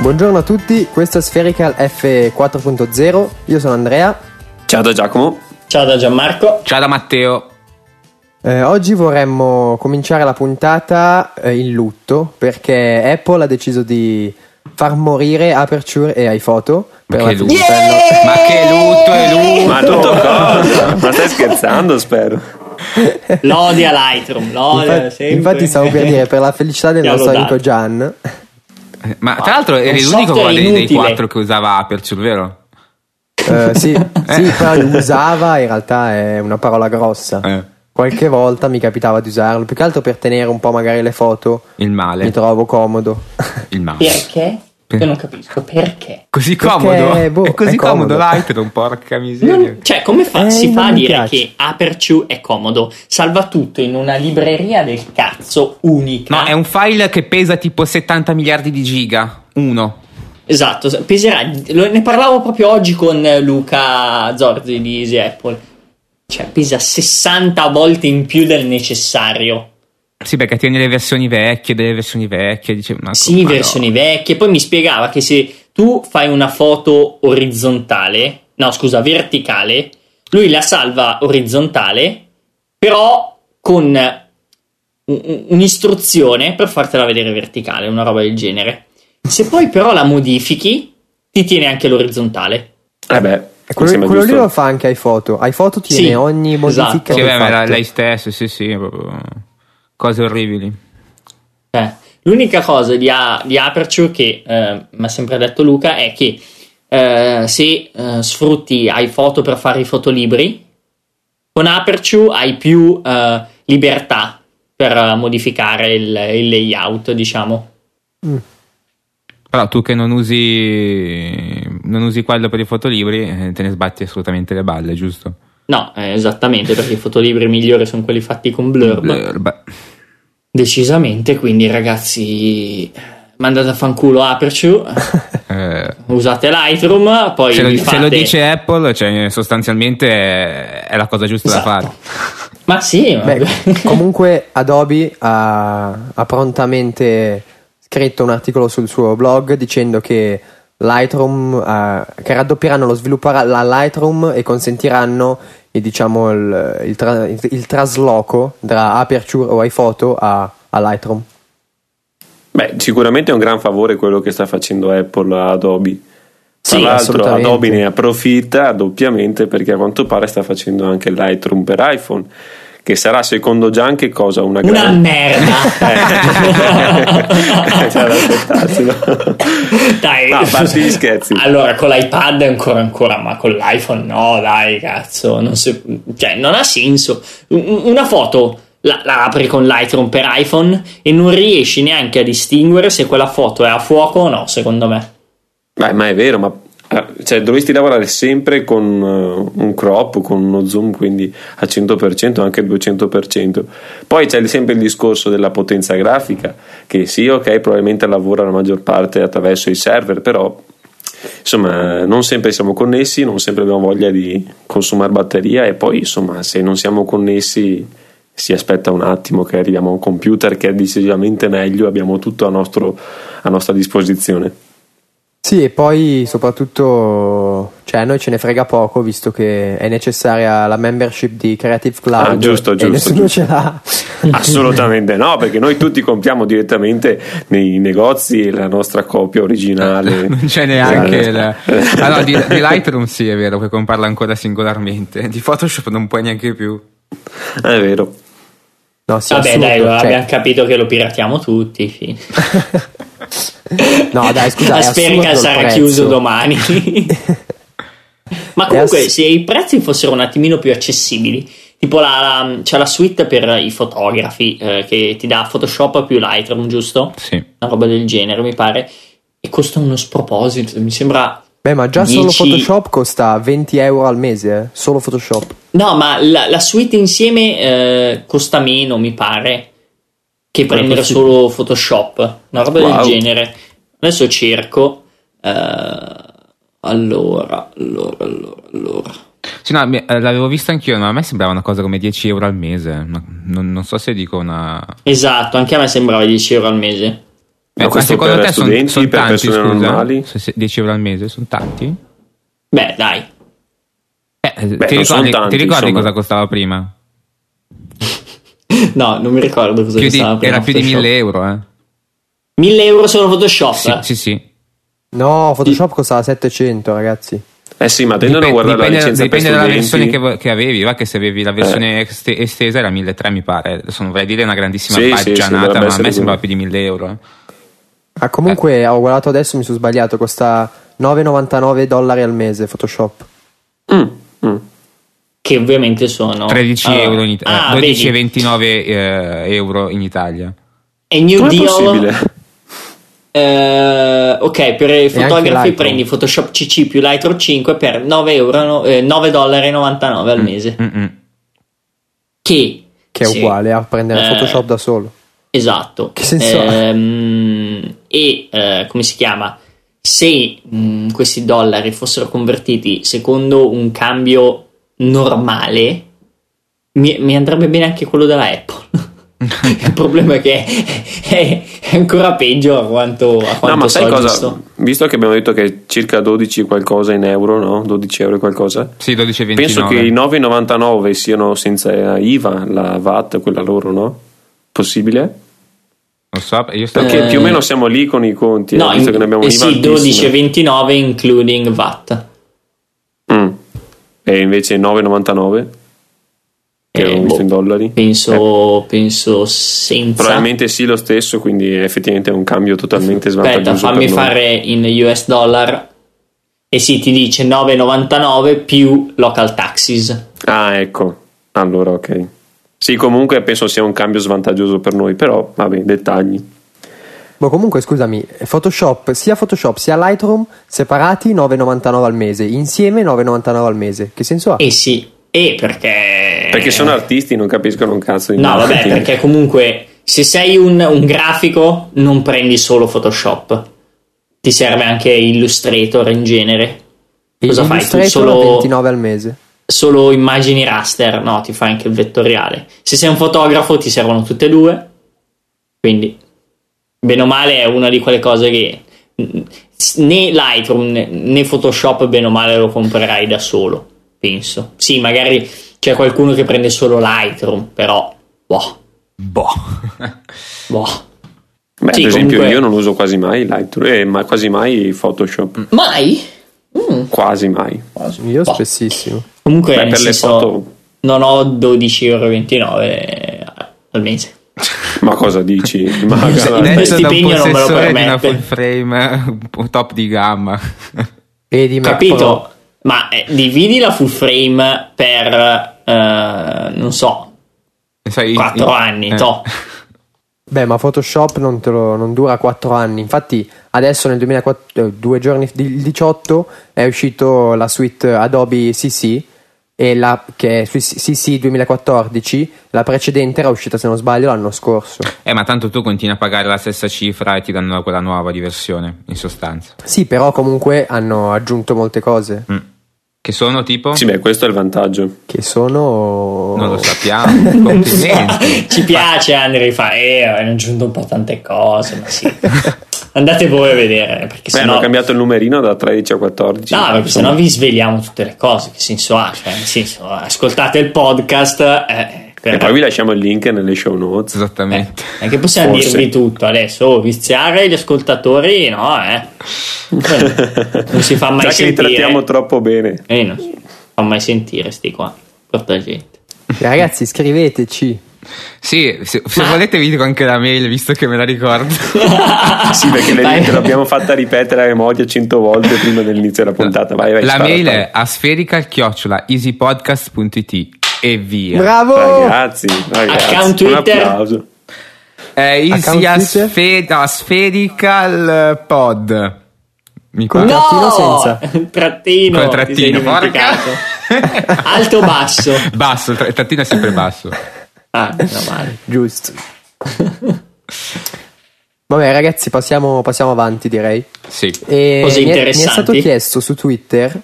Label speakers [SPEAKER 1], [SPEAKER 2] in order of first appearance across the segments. [SPEAKER 1] Buongiorno a tutti, questo è Spherical F4.0, io sono Andrea.
[SPEAKER 2] Ciao da Giacomo.
[SPEAKER 3] Ciao da Gianmarco.
[SPEAKER 4] Ciao da Matteo.
[SPEAKER 1] Eh, oggi vorremmo cominciare la puntata eh, in lutto perché Apple ha deciso di far morire Aperture e iPhoto.
[SPEAKER 4] Ma
[SPEAKER 1] per
[SPEAKER 4] che
[SPEAKER 1] la
[SPEAKER 4] lutto.
[SPEAKER 1] Nintendo.
[SPEAKER 4] Ma che lutto è
[SPEAKER 1] Eh,
[SPEAKER 4] lutto.
[SPEAKER 2] Ma tutto cosa? Ma stai scherzando, spero.
[SPEAKER 3] L'odia Lightroom, l'odia
[SPEAKER 1] Infatti,
[SPEAKER 3] sempre.
[SPEAKER 1] infatti stavo per dire, per la felicità del
[SPEAKER 3] Ti ha
[SPEAKER 1] nostro
[SPEAKER 3] lodato.
[SPEAKER 1] amico Gian.
[SPEAKER 4] Ma tra l'altro eri
[SPEAKER 3] un
[SPEAKER 4] l'unico
[SPEAKER 3] software
[SPEAKER 4] qua dei, dei
[SPEAKER 3] inutile.
[SPEAKER 4] quattro che usava Aperture, vero?
[SPEAKER 1] Eh, sì, sì, però lo usava, in realtà è una parola grossa.
[SPEAKER 4] Eh.
[SPEAKER 1] Qualche volta mi capitava di usarlo, più che altro per tenere un po' magari le foto.
[SPEAKER 4] Il male.
[SPEAKER 1] Mi trovo comodo.
[SPEAKER 4] Il male.
[SPEAKER 3] Perché? Io non capisco perché.
[SPEAKER 4] Così
[SPEAKER 1] Perché,
[SPEAKER 4] comodo.
[SPEAKER 1] boh,
[SPEAKER 4] è così
[SPEAKER 1] è
[SPEAKER 4] comodo,
[SPEAKER 1] comodo.
[SPEAKER 4] Lightroom, porca miseria.
[SPEAKER 3] Non- cioè, come fa-
[SPEAKER 1] Eh,
[SPEAKER 3] si fa
[SPEAKER 1] non
[SPEAKER 3] a
[SPEAKER 1] mi
[SPEAKER 3] dire
[SPEAKER 1] piace.
[SPEAKER 3] che Aperture è comodo? Salva tutto in una libreria del cazzo unica.
[SPEAKER 4] No, è un file che pesa tipo 70 miliardi di giga. Uno.
[SPEAKER 3] Esatto, peserà. lo- Ne parlavo proprio oggi con Luca Zorzi di Easy Apple. Cioè, pesa 60 volte in più del necessario.
[SPEAKER 4] Sì, perché tieni le versioni vecchie, delle versioni vecchie. Dice, Ecco, ma
[SPEAKER 3] Sì,
[SPEAKER 4] ma no.
[SPEAKER 3] versioni vecchie. Poi mi spiegava che se tu fai una foto orizzontale, no, scusa, verticale, lui la salva orizzontale, però con un- un- un'istruzione per fartela vedere verticale, una roba del genere. Se poi però la modifichi, ti tiene anche l'orizzontale.
[SPEAKER 2] Eh beh, mi
[SPEAKER 1] Quello,
[SPEAKER 2] sembra
[SPEAKER 1] quello lì
[SPEAKER 2] giusto.
[SPEAKER 1] lo fa anche iPhoto. iPhoto tiene
[SPEAKER 3] Sì,
[SPEAKER 1] ogni modifica
[SPEAKER 3] esatto.
[SPEAKER 4] Sì,
[SPEAKER 1] che
[SPEAKER 4] beh,
[SPEAKER 1] hai
[SPEAKER 4] ma la-
[SPEAKER 1] fatto.
[SPEAKER 4] lei stesso, sì, sì. proprio Cose orribili.
[SPEAKER 3] Eh, l'unica cosa di, A- di Aperture che eh, mi ha sempre detto Luca è che eh, se eh, sfrutti iPhoto per fare i fotolibri, con Aperture hai più eh, libertà per eh, modificare il, il layout, diciamo.
[SPEAKER 4] Però tu che non usi, non usi quello per i fotolibri, eh, te ne sbatti assolutamente le balle, giusto?
[SPEAKER 3] No, eh, esattamente, perché i fotolibri migliori sono quelli fatti con Blurb.
[SPEAKER 4] Blurb.
[SPEAKER 3] Decisamente, quindi ragazzi, mandate a fanculo Aperture,
[SPEAKER 4] Eh,
[SPEAKER 3] usate Lightroom, poi
[SPEAKER 4] se, lo,
[SPEAKER 3] vi
[SPEAKER 4] se
[SPEAKER 3] fate-
[SPEAKER 4] lo dice Apple, cioè, sostanzialmente è, è la cosa giusta
[SPEAKER 3] Esatto.
[SPEAKER 4] da fare.
[SPEAKER 3] Ma sì, ma-
[SPEAKER 1] Beh, comunque Adobe ha, ha prontamente scritto un articolo sul suo blog dicendo che Lightroom eh, che raddoppieranno lo sviluppo alla Lightroom e consentiranno eh, diciamo, il, il tra- il- il trasloco tra Aperture o iPhoto a, a Lightroom.
[SPEAKER 2] Beh, sicuramente è un gran favore quello che sta facendo Apple a Adobe. Tra
[SPEAKER 3] Sì,
[SPEAKER 2] l'altro
[SPEAKER 1] assolutamente.
[SPEAKER 2] Adobe ne approfitta doppiamente perché a quanto pare sta facendo anche Lightroom per iPhone, che sarà secondo Gian che cosa? Una,
[SPEAKER 3] Una
[SPEAKER 2] gran... Eh.
[SPEAKER 1] Cioè,
[SPEAKER 2] C'era da aspettarsi, no?
[SPEAKER 3] merda. Dai,
[SPEAKER 2] No, a parte gli scherzi.
[SPEAKER 3] Allora, con l'iPad ancora ancora, ma con l'iPhone no, dai, cazzo, non si- cioè non ha senso. Un- Una foto la, la apri con Lightroom per iPhone e non riesci neanche a distinguere se quella foto è a fuoco o no, secondo me.
[SPEAKER 2] Beh, ma è vero, ma eh, cioè, dovresti lavorare sempre con eh, un crop, con uno zoom, quindi a 100%, anche al 200%. Poi c'è sempre il discorso della potenza grafica, che sì, ok, probabilmente lavora la maggior parte attraverso i server, però insomma, non sempre siamo connessi, non sempre abbiamo voglia di consumare batteria e poi insomma, se non siamo connessi si aspetta un attimo che arriviamo a un computer che è decisamente meglio, abbiamo tutto a, nostro- a nostra disposizione.
[SPEAKER 1] Sì, e poi soprattutto cioè, a noi ce ne frega poco visto che è necessaria la membership di Creative Cloud.
[SPEAKER 2] Ah, giusto,
[SPEAKER 1] E
[SPEAKER 2] giusto,
[SPEAKER 1] nessuno
[SPEAKER 2] giusto.
[SPEAKER 1] ce l'ha.
[SPEAKER 2] Assolutamente no, perché noi tutti compriamo direttamente nei negozi la nostra copia originale.
[SPEAKER 4] Non c'è neanche il...
[SPEAKER 2] Ah, Esatto.
[SPEAKER 4] Ah, no, di, di Lightroom sì, è vero, puoi comprarla ancora singolarmente. Di Photoshop non puoi neanche più.
[SPEAKER 2] È vero.
[SPEAKER 1] No, sì,
[SPEAKER 3] Vabbè,
[SPEAKER 1] assurdo,
[SPEAKER 3] dai,
[SPEAKER 1] cioè-
[SPEAKER 3] abbiamo capito che lo piratiamo tutti. sì.
[SPEAKER 1] No, dai, scusa, è
[SPEAKER 3] La
[SPEAKER 1] assurdo
[SPEAKER 3] Spherical
[SPEAKER 1] il
[SPEAKER 3] Eh, sarà
[SPEAKER 1] prezzo.
[SPEAKER 3] chiuso domani. Ma
[SPEAKER 1] È
[SPEAKER 3] comunque,
[SPEAKER 1] ass-
[SPEAKER 3] se i prezzi fossero un attimino più accessibili, tipo la, la- c'è la suite per i fotografi eh, che ti dà Photoshop più Lightroom, giusto?
[SPEAKER 4] Sì.
[SPEAKER 3] Una roba del genere, mi pare. E costa uno sproposito, mi sembra.
[SPEAKER 1] Beh, ma già solo
[SPEAKER 3] 10
[SPEAKER 1] Photoshop costa 20 euro al mese, eh? solo Photoshop.
[SPEAKER 3] No, ma la, la suite insieme eh, costa meno, mi pare, che prendere
[SPEAKER 2] così.
[SPEAKER 3] solo Photoshop, una roba
[SPEAKER 2] Wow.
[SPEAKER 3] del genere. Adesso cerco. eh, allora, allora, allora, allora.
[SPEAKER 4] Sì, no, mi- eh, l'avevo visto anch'io, ma a me sembrava una cosa come 10 euro al mese. ma Non, non so se dico una...
[SPEAKER 3] Esatto, anche a me sembrava 10 euro al mese.
[SPEAKER 2] Ma
[SPEAKER 4] Eh, ma
[SPEAKER 2] questo
[SPEAKER 4] secondo
[SPEAKER 2] per
[SPEAKER 4] te sono
[SPEAKER 2] studenti, per
[SPEAKER 4] tanti,
[SPEAKER 2] persone
[SPEAKER 4] scusa?
[SPEAKER 2] normali?
[SPEAKER 4] Se- se- 10 euro al mese, sono tanti?
[SPEAKER 3] Beh, dai,
[SPEAKER 4] Eh,
[SPEAKER 2] Beh,
[SPEAKER 4] ti
[SPEAKER 2] non sono
[SPEAKER 4] ricordi,
[SPEAKER 2] tanti,
[SPEAKER 4] ti ricordi
[SPEAKER 2] insomma.
[SPEAKER 4] cosa costava prima?
[SPEAKER 3] no, non mi ricordo cosa
[SPEAKER 4] Più di-
[SPEAKER 3] costava prima
[SPEAKER 4] era più di
[SPEAKER 3] Photoshop.
[SPEAKER 4] 1000 euro, eh?
[SPEAKER 3] 1000 euro solo Photoshop?
[SPEAKER 4] Sì,
[SPEAKER 3] eh?
[SPEAKER 4] sì, sì.
[SPEAKER 1] No, Photoshop costava 700, ragazzi.
[SPEAKER 2] Eh sì, ma tendono a
[SPEAKER 4] Dipende-
[SPEAKER 2] guardare la
[SPEAKER 4] dipende-
[SPEAKER 2] licenza per
[SPEAKER 4] dipende dalla versione
[SPEAKER 2] studenti. Eh.
[SPEAKER 4] che, vo- che avevi, va che se avevi la versione est- estesa era 1300 mi pare, adesso non vorrei dire una grandissima
[SPEAKER 2] Sì, sì, sì,
[SPEAKER 4] baggianata,
[SPEAKER 2] dovrebbe
[SPEAKER 4] ma a
[SPEAKER 2] essere
[SPEAKER 4] me
[SPEAKER 2] così.
[SPEAKER 4] sembrava più di 1000 euro. eh.
[SPEAKER 1] Ah, comunque
[SPEAKER 3] Eh.
[SPEAKER 1] ho guardato adesso, mi sono sbagliato, costa 9,99 dollari al mese Photoshop.
[SPEAKER 2] Mm, mm.
[SPEAKER 3] Che ovviamente sono
[SPEAKER 4] 13
[SPEAKER 3] Allora,
[SPEAKER 4] euro in Italia,
[SPEAKER 3] ah,
[SPEAKER 4] 12 e
[SPEAKER 3] vedi,
[SPEAKER 4] 29 eh, euro in Italia.
[SPEAKER 3] E New
[SPEAKER 2] Com'è
[SPEAKER 3] Deal.
[SPEAKER 2] possibile?
[SPEAKER 3] eh, ok, per i fotografi
[SPEAKER 1] Lightroom.
[SPEAKER 3] prendi Photoshop CC più Lightroom 5 per 9 euro, no- eh, 9,99 al mese.
[SPEAKER 4] Mm-mm.
[SPEAKER 3] Che,
[SPEAKER 1] Mm. Che è
[SPEAKER 3] sì,
[SPEAKER 1] uguale a prendere
[SPEAKER 3] Eh.
[SPEAKER 1] Photoshop da solo.
[SPEAKER 3] Esatto.
[SPEAKER 1] Che senso ha?
[SPEAKER 3] Ehm, e eh, come si chiama? Se mh, questi dollari fossero convertiti secondo un cambio normale, mi, mi andrebbe bene anche quello della Apple. Il problema è che è, è ancora peggio a quanto, a quanto
[SPEAKER 2] No, ma sai
[SPEAKER 3] so,
[SPEAKER 2] cosa?
[SPEAKER 3] giusto?
[SPEAKER 2] Visto che abbiamo detto che è circa 12 qualcosa in euro, no? 12 euro e qualcosa.
[SPEAKER 4] Sì, 12 e 29.
[SPEAKER 2] Penso che i 9,99 siano senza IVA, la VAT, quella loro, no? Possibile?
[SPEAKER 4] Non so, io sto...
[SPEAKER 2] Perché
[SPEAKER 3] Eh,
[SPEAKER 2] più o meno siamo lì con i conti, eh,
[SPEAKER 3] No,
[SPEAKER 2] visto che ne abbiamo
[SPEAKER 3] eh
[SPEAKER 2] un IVA
[SPEAKER 3] sì,
[SPEAKER 2] altissimo.
[SPEAKER 3] 12,29 including VAT.
[SPEAKER 2] Mm. E invece 9,99 che
[SPEAKER 3] Eh,
[SPEAKER 2] avevo visto
[SPEAKER 3] boh,
[SPEAKER 2] in dollari.
[SPEAKER 3] Penso, penso senza.
[SPEAKER 2] Probabilmente sì lo stesso, quindi è effettivamente è un cambio totalmente svantaggioso
[SPEAKER 3] Aspetta, fammi
[SPEAKER 2] per noi.
[SPEAKER 3] fare in US dollar. E sì, ti dice 9,99 più local taxes.
[SPEAKER 2] Ah, ecco. Allora, ok. Sì, comunque penso sia un cambio svantaggioso per noi, però vabbè, dettagli.
[SPEAKER 1] Ma Boh, comunque scusami, Photoshop, sia Photoshop sia Lightroom separati 9,99 al mese, insieme 9,99 al mese. Che senso ha?
[SPEAKER 3] E Eh sì, e perché...
[SPEAKER 2] Perché sono artisti, non capiscono un cazzo di
[SPEAKER 3] Eh. No, vabbè,
[SPEAKER 2] marketing.
[SPEAKER 3] perché comunque se sei un, un grafico non prendi solo Photoshop. Ti serve anche Illustrator in genere. Cosa fai? Tu
[SPEAKER 1] Illustrator
[SPEAKER 3] solo...
[SPEAKER 1] 29 al mese.
[SPEAKER 3] solo immagini raster, no, ti fa anche il vettoriale. Se sei un fotografo ti servono tutte e due, quindi bene o male è una di quelle cose che mm, né Lightroom né- né Photoshop bene o male lo comprerai da solo, penso. Sì, magari c'è qualcuno che prende solo Lightroom, però boh,
[SPEAKER 4] Boh.
[SPEAKER 3] boh.
[SPEAKER 2] Beh,
[SPEAKER 3] Sì,
[SPEAKER 2] ad esempio,
[SPEAKER 3] comunque-
[SPEAKER 2] io non uso quasi mai Lightroom, eh, ma quasi mai Photoshop.
[SPEAKER 3] Mai? Mm.
[SPEAKER 2] Quasi mai.
[SPEAKER 1] Io
[SPEAKER 3] Boh.
[SPEAKER 1] spessissimo.
[SPEAKER 3] Comunque
[SPEAKER 2] Beh,
[SPEAKER 3] nel
[SPEAKER 2] per le
[SPEAKER 3] senso,
[SPEAKER 2] foto-
[SPEAKER 3] non ho 12,29€ eh, al mese.
[SPEAKER 2] Ma cosa dici? Ma guarda,
[SPEAKER 3] Io il
[SPEAKER 2] aspetta.
[SPEAKER 4] Detto da un
[SPEAKER 3] stipendio non me lo
[SPEAKER 4] possessore di una
[SPEAKER 3] permette.
[SPEAKER 4] full frame eh, top di gamma.
[SPEAKER 1] Vedi Mac
[SPEAKER 3] capito
[SPEAKER 1] Pro.
[SPEAKER 3] ma eh, dividi la full frame per eh, non so
[SPEAKER 4] Sai,
[SPEAKER 3] 4 anni
[SPEAKER 4] eh.
[SPEAKER 3] to.
[SPEAKER 1] Beh, ma Photoshop non, te lo- non dura 4 anni. Infatti, adesso nel 2004, eh, due giorni, il 18, è uscito la suite Adobe CC, e la, che è sui CC 2014. La precedente era uscita, se non sbaglio, l'anno scorso.
[SPEAKER 4] Eh, ma tanto tu continui a pagare la stessa cifra e ti danno quella nuova di versione, in sostanza.
[SPEAKER 1] Sì, però comunque hanno aggiunto molte cose.
[SPEAKER 4] Mm. Che sono tipo?
[SPEAKER 2] Sì, beh, questo è il vantaggio.
[SPEAKER 1] Che sono.
[SPEAKER 4] Non lo sappiamo. Complimenti.
[SPEAKER 2] Eh.
[SPEAKER 3] ci piace Andrea fa eh hanno aggiunto un po' tante cose ma sì andate voi a vedere perché
[SPEAKER 2] Beh,
[SPEAKER 3] sennò
[SPEAKER 2] hanno cambiato il numerino da 13 a 14.
[SPEAKER 3] No, perché
[SPEAKER 2] Insomma,
[SPEAKER 3] sennò vi sveliamo tutte le cose. Che senso ha? Cioè, nel senso, ascoltate il podcast. eh, per- eh,
[SPEAKER 2] E poi vi lasciamo il link nelle show notes. Eh.
[SPEAKER 4] Esattamente.
[SPEAKER 3] è che possiamo
[SPEAKER 2] Forse.
[SPEAKER 3] dirvi tutto adesso. oh, viziare gli ascoltatori, no, eh. Non si fa mai
[SPEAKER 2] Già che li
[SPEAKER 3] sentire.
[SPEAKER 2] trattiamo troppo bene.
[SPEAKER 3] Eh, non si fa mai sentire sti qua, porta gente.
[SPEAKER 1] Ragazzi, iscriveteci.
[SPEAKER 4] Sì, se, se volete vi dico anche la mail, visto che me la ricordo.
[SPEAKER 2] Sì, perché le
[SPEAKER 3] Dai.
[SPEAKER 2] te l'abbiamo fatta ripetere a memoria 100 volte prima dell'inizio della puntata. Vai, vai,
[SPEAKER 4] la
[SPEAKER 2] spara,
[SPEAKER 4] mail
[SPEAKER 2] spara.
[SPEAKER 4] è asfericalchiocciolaeasypodcast.it e via.
[SPEAKER 1] Bravo!
[SPEAKER 4] Ah,
[SPEAKER 2] Ragazzi, ragazzi,
[SPEAKER 3] Account
[SPEAKER 2] un
[SPEAKER 3] Twitter.
[SPEAKER 2] applauso.
[SPEAKER 4] Eh,
[SPEAKER 1] Account
[SPEAKER 4] easy
[SPEAKER 1] Twitter?
[SPEAKER 4] asfe- no, spherical pod. Mi
[SPEAKER 1] Con-
[SPEAKER 4] pare.
[SPEAKER 1] No! Trattino senza.
[SPEAKER 3] Trattino,
[SPEAKER 4] Col
[SPEAKER 3] ti sei
[SPEAKER 4] trattino,
[SPEAKER 3] dimenticato.
[SPEAKER 4] porca.
[SPEAKER 3] Alto o basso?
[SPEAKER 4] Basso, il tra- il trattino è sempre basso.
[SPEAKER 3] Ah, meno male.
[SPEAKER 1] Giusto. Vabbè, ragazzi, passiamo, passiamo avanti, direi.
[SPEAKER 4] Sì.
[SPEAKER 1] E
[SPEAKER 3] Cose
[SPEAKER 1] mi è- Mi è
[SPEAKER 3] interessanti.
[SPEAKER 1] stato chiesto su Twitter.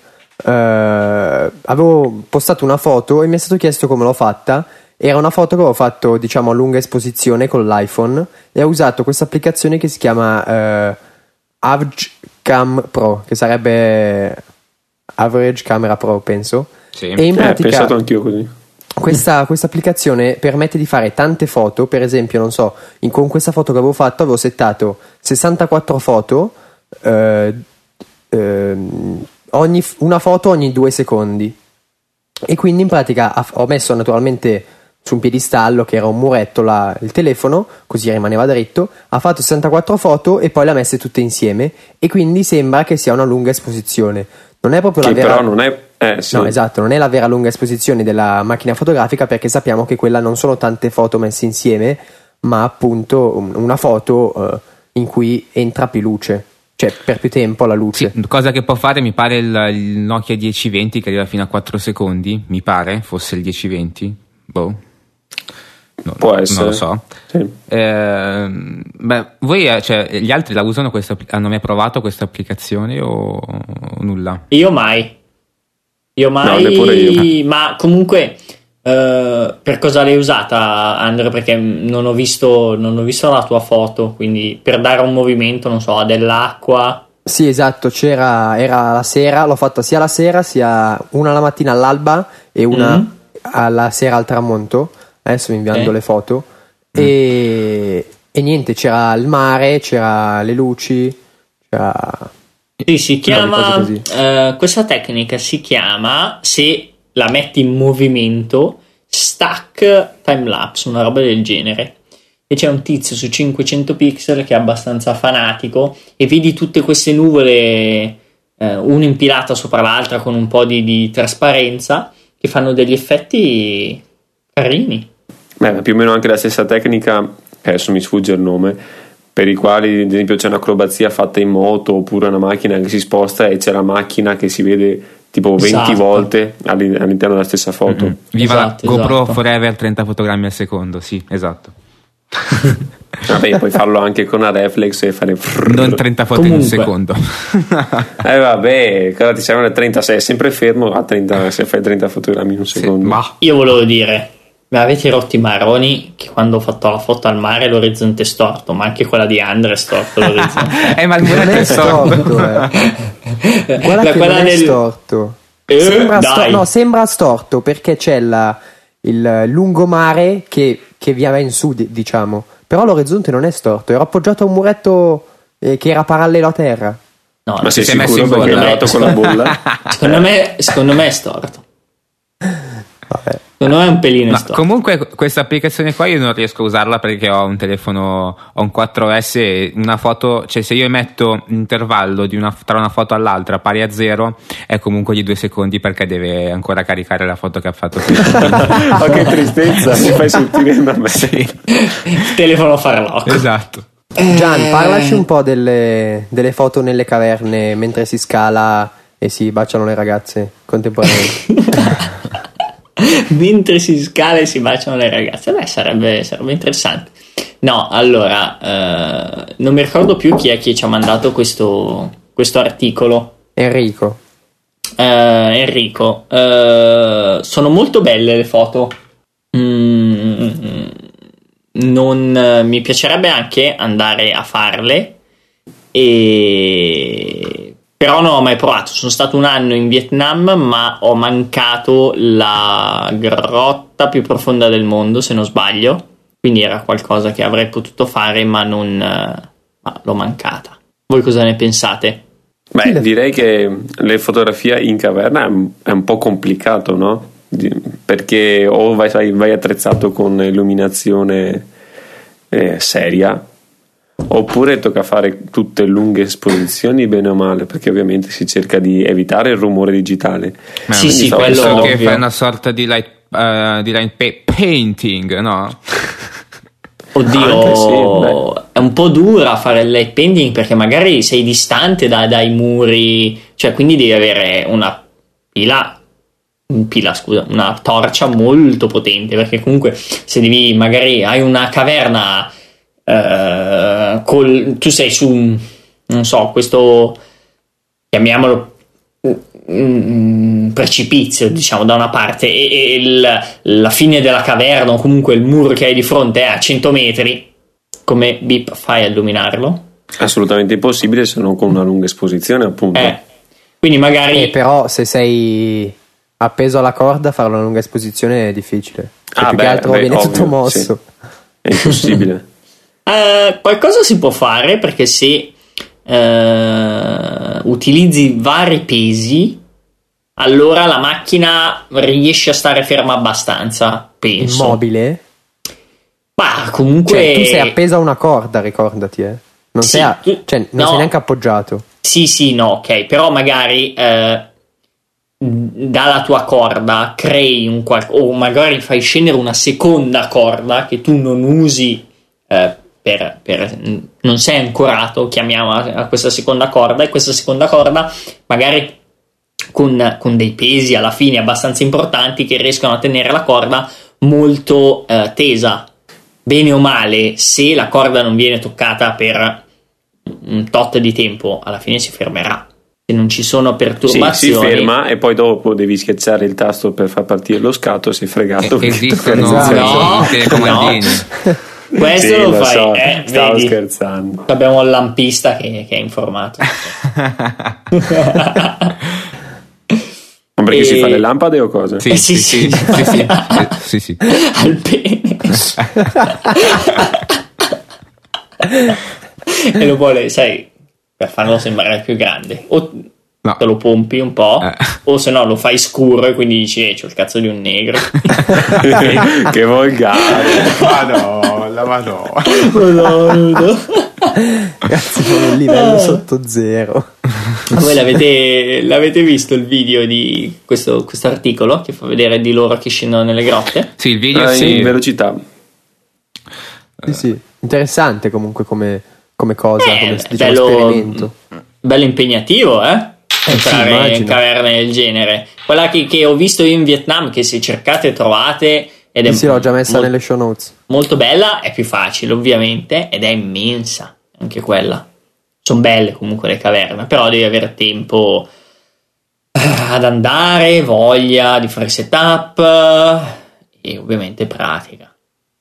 [SPEAKER 1] eh, avevo postato una foto e mi è stato chiesto come l'ho fatta. Era una foto che avevo fatto, diciamo, a lunga esposizione con l'iPhone e ho usato questa applicazione che si chiama eh, Average Cam Pro, che sarebbe Average Camera Pro, penso.
[SPEAKER 4] Sì.
[SPEAKER 1] E in
[SPEAKER 2] Eh, ho
[SPEAKER 1] pratica
[SPEAKER 2] pensato anch'io così.
[SPEAKER 1] questa, questa applicazione permette di fare tante foto, per esempio, non so, in- con questa foto che avevo fatto avevo settato 64 foto, eh, ehm, ogni f- una foto ogni due secondi. E quindi in pratica ha- ho messo naturalmente su un piedistallo che era un muretto la- il telefono, così rimaneva dritto, ha fatto 64 foto e poi le ha messe tutte insieme e quindi sembra che sia una lunga esposizione. Non è proprio
[SPEAKER 2] Che
[SPEAKER 1] la vera
[SPEAKER 2] però non è... Eh, sì.
[SPEAKER 1] No, esatto, non è la vera lunga esposizione della macchina fotografica perché sappiamo che quella non sono tante foto messe insieme, ma appunto un- una foto eh, in cui entra più luce, cioè per più tempo la
[SPEAKER 4] Sì,
[SPEAKER 1] luce.
[SPEAKER 4] cosa che può fare mi pare il, il Nokia 1020 che arriva fino a 4 secondi, mi pare, fosse il 1020, boh. No,
[SPEAKER 2] Può
[SPEAKER 4] no,
[SPEAKER 2] essere.
[SPEAKER 4] Non lo so.
[SPEAKER 2] Sì.
[SPEAKER 4] Ehm, beh, voi, eh, cioè, gli altri la usano questa, appli- hanno mai provato questa applicazione o o nulla?
[SPEAKER 3] Io mai. Io mai.
[SPEAKER 2] neppure io.
[SPEAKER 3] Ma comunque, eh, per cosa l'hai usata, Andrea? Perché non ho, visto, non ho visto la tua foto, quindi per dare un movimento, non so, a dell'acqua.
[SPEAKER 1] Sì, esatto, c'era, era la sera, l'ho fatta sia la sera, sia una la mattina all'alba e una
[SPEAKER 3] Mhm.
[SPEAKER 1] alla sera al tramonto. Adesso vi inviando
[SPEAKER 3] Ok.
[SPEAKER 1] le foto. E, e niente, c'era il mare, c'era le luci, c'era...
[SPEAKER 3] Sì, si chiama.
[SPEAKER 1] cose
[SPEAKER 3] eh, questa tecnica si chiama, se la metti in movimento, stack timelapse, una roba del genere. E c'è un tizio su 500 pixel che è abbastanza fanatico e vedi tutte queste nuvole, eh, una impilata sopra l'altra con un po' di, di trasparenza, che fanno degli effetti carini.
[SPEAKER 2] Eh, più o meno anche la stessa tecnica, che adesso mi sfugge il nome, per i quali ad esempio c'è un'acrobazia fatta in moto oppure una macchina che si sposta e c'è la macchina che si vede tipo 20
[SPEAKER 3] Esatto.
[SPEAKER 2] volte all'in- all'interno della stessa foto.
[SPEAKER 4] Mm. Viva
[SPEAKER 3] Esatto,
[SPEAKER 4] la GoPro
[SPEAKER 3] esatto.
[SPEAKER 4] Forever 30 fotogrammi al secondo, sì, esatto.
[SPEAKER 2] Vabbè, puoi farlo anche con una reflex e fare...
[SPEAKER 4] Non 30 foto in un
[SPEAKER 3] Comunque.
[SPEAKER 4] secondo.
[SPEAKER 2] Eh vabbè, cosa ti servono le 30? Sei sempre fermo a 30, se fai 30 fotogrammi in un
[SPEAKER 4] Sì,
[SPEAKER 2] secondo.
[SPEAKER 4] ma
[SPEAKER 3] Io volevo dire, mi avete rotto i maroni che quando ho fatto la foto al mare l'orizzonte è storto, ma anche quella di Andre è storto l'orizzonte.
[SPEAKER 4] Eh, ma il
[SPEAKER 1] Non
[SPEAKER 4] muretto
[SPEAKER 1] è storto,
[SPEAKER 4] è storto.
[SPEAKER 1] eh. Guarda
[SPEAKER 3] La-
[SPEAKER 1] che
[SPEAKER 3] quella
[SPEAKER 1] non è
[SPEAKER 3] del-
[SPEAKER 1] storto.
[SPEAKER 3] Eh,
[SPEAKER 1] sembra, sto-
[SPEAKER 3] dai.
[SPEAKER 1] no, sembra storto perché c'è la- il lungomare che, che via va in su, di- diciamo. Però l'orizzonte non è storto, era appoggiato a un muretto eh, che era parallelo a terra.
[SPEAKER 3] No,
[SPEAKER 2] Ma sei
[SPEAKER 4] sei messo
[SPEAKER 2] sicuro
[SPEAKER 4] in
[SPEAKER 2] perché hai
[SPEAKER 4] bolla?
[SPEAKER 2] lavorato con la bolla?
[SPEAKER 3] secondo, me, secondo me è storto.
[SPEAKER 1] Vabbè.
[SPEAKER 3] Secondo me è un pelino
[SPEAKER 4] Ma
[SPEAKER 3] storto.
[SPEAKER 4] comunque questa applicazione qua io non riesco a usarla perché ho un telefono, ho un 4S e una foto, cioè se io metto l'intervallo di una- tra una foto all'altra pari a zero è comunque di due secondi perché deve ancora caricare la foto che ha fatto.
[SPEAKER 3] Esatto.
[SPEAKER 2] Ma che tristezza, mi fai sentire da me.
[SPEAKER 3] Telefono farlocco.
[SPEAKER 4] esatto.
[SPEAKER 2] Eh.
[SPEAKER 1] Gian, parlaci un po' delle, delle foto nelle caverne mentre si scala e si baciano le ragazze contemporaneamente.
[SPEAKER 3] Mentre si scala e si baciano le ragazze, beh, sarebbe, sarebbe interessante. No, allora, eh, non mi ricordo più chi è che ci ha mandato questo, questo articolo.
[SPEAKER 1] Enrico,
[SPEAKER 3] Eh, Enrico, eh, sono molto belle le foto. Mm, non, eh, mi piacerebbe anche andare a farle, e- però non ho mai provato. Sono stato un anno in Vietnam, ma ho mancato la grotta più profonda del mondo, se non sbaglio. Quindi era qualcosa che avrei potuto fare, ma non eh, ma l'ho mancata. Voi cosa ne pensate?
[SPEAKER 2] Beh, direi che le fotografie in caverna è un- è un po' complicato, no? Di- Perché o vai, sai, vai attrezzato con illuminazione eh, seria, oppure tocca fare tutte lunghe esposizioni, bene o male, perché ovviamente si cerca di evitare il rumore digitale.
[SPEAKER 4] Ma
[SPEAKER 3] Sì, sì,
[SPEAKER 2] stavo
[SPEAKER 3] quello
[SPEAKER 4] so
[SPEAKER 2] pensando-
[SPEAKER 4] che
[SPEAKER 3] ovvio.
[SPEAKER 4] fai una sorta di light, eh, di light pa- painting, no?
[SPEAKER 2] Anche
[SPEAKER 3] Oddio,
[SPEAKER 2] sì,
[SPEAKER 3] è un po' dura fare il light painting perché magari sei distante da- dai muri, cioè quindi devi avere una pila, un pila scusa, una torcia molto potente perché comunque se devi magari hai una caverna, eh, col- tu sei su, un- non so, questo chiamiamolo un precipizio, diciamo, da una parte e, e il- la fine della caverna o comunque il muro che hai di fronte è a 100 metri, come bip fai a illuminarlo?
[SPEAKER 2] Assolutamente impossibile se non con una lunga esposizione, appunto.
[SPEAKER 3] Eh, quindi magari...
[SPEAKER 1] Eh, però se sei appeso alla corda, fare una lunga esposizione è difficile. Cioè,
[SPEAKER 2] Ah,
[SPEAKER 1] più
[SPEAKER 2] beh,
[SPEAKER 1] che altro
[SPEAKER 2] beh,
[SPEAKER 1] viene
[SPEAKER 2] ovvio,
[SPEAKER 1] tutto mosso.
[SPEAKER 2] sì. È impossibile.
[SPEAKER 3] Eh, qualcosa si può fare perché se eh, utilizzi vari pesi, allora la macchina riesce a stare ferma abbastanza, penso.
[SPEAKER 1] Immobile.
[SPEAKER 3] Ma comunque...
[SPEAKER 1] Cioè, tu sei appeso a una corda, ricordati, eh. Non,
[SPEAKER 3] Sì,
[SPEAKER 1] sei, a-
[SPEAKER 3] tu-
[SPEAKER 1] cioè, non
[SPEAKER 3] no.
[SPEAKER 1] sei neanche appoggiato.
[SPEAKER 3] Sì, sì, no, ok, però magari eh, dalla tua corda crei un qualcosa, o magari fai scendere una seconda corda che tu non usi eh, per, per- non sei ancorato, chiamiamola a questa seconda corda, e questa seconda corda magari con, con dei pesi alla fine abbastanza importanti che riescono a tenere la corda molto eh, tesa. Bene o male, se la corda non viene toccata per un tot di tempo, alla fine si fermerà. Se non ci sono
[SPEAKER 2] Sì, si
[SPEAKER 3] perturbazioni,
[SPEAKER 2] ferma e poi dopo devi schiacciare il tasto per far partire lo scatto e sei
[SPEAKER 3] Ah,
[SPEAKER 2] fregato. perché
[SPEAKER 4] Eh,
[SPEAKER 2] tocca
[SPEAKER 4] Esistono
[SPEAKER 2] il
[SPEAKER 1] no,
[SPEAKER 2] tasto.
[SPEAKER 4] i telecomandini.
[SPEAKER 3] questo
[SPEAKER 2] Sì,
[SPEAKER 3] lo,
[SPEAKER 2] lo
[SPEAKER 3] fai.
[SPEAKER 2] so,
[SPEAKER 3] eh,
[SPEAKER 2] stavo
[SPEAKER 3] vedi?
[SPEAKER 2] scherzando.
[SPEAKER 3] Abbiamo il lampista che, che è informato.
[SPEAKER 2] Ma perché
[SPEAKER 3] E-
[SPEAKER 2] si fa le lampade o cosa?
[SPEAKER 4] sì,
[SPEAKER 3] Eh, sì,
[SPEAKER 4] sì, sì,
[SPEAKER 3] sì.
[SPEAKER 4] sì, sì, sì, sì.
[SPEAKER 3] Al penis. e lo vuole, sai, per farlo sembrare più grande. O
[SPEAKER 4] No.
[SPEAKER 3] te lo pompi un po',
[SPEAKER 4] Eh.
[SPEAKER 3] o se no lo fai scuro e quindi dici, eh, c'ho il cazzo di un negro.
[SPEAKER 2] che volgare.
[SPEAKER 4] Ah, Madonna, madonna.
[SPEAKER 1] Cazzo, con il
[SPEAKER 3] Eh.
[SPEAKER 1] livello sotto zero.
[SPEAKER 3] Voi l'avete, l'avete visto il video di questo articolo che fa vedere di loro che scendono nelle grotte?
[SPEAKER 4] Sì, il video
[SPEAKER 2] Ah,
[SPEAKER 4] sì.
[SPEAKER 2] In velocità.
[SPEAKER 1] Sì, sì. Interessante comunque come, come cosa,
[SPEAKER 3] Eh,
[SPEAKER 1] come diciamo,
[SPEAKER 3] bello, mm,
[SPEAKER 1] esperimento.
[SPEAKER 3] bello impegnativo, eh? Entrare in
[SPEAKER 1] immagino.
[SPEAKER 3] caverne del genere. Quella che, che ho visto io in Vietnam, che se cercate trovate ed è
[SPEAKER 1] Sì, sì, l'ho già messa
[SPEAKER 3] mol-
[SPEAKER 1] nelle show notes.
[SPEAKER 3] molto bella, è più facile ovviamente ed è immensa anche quella. Sono belle comunque le caverne, però devi avere tempo eh, ad andare, voglia di fare setup eh, e ovviamente pratica.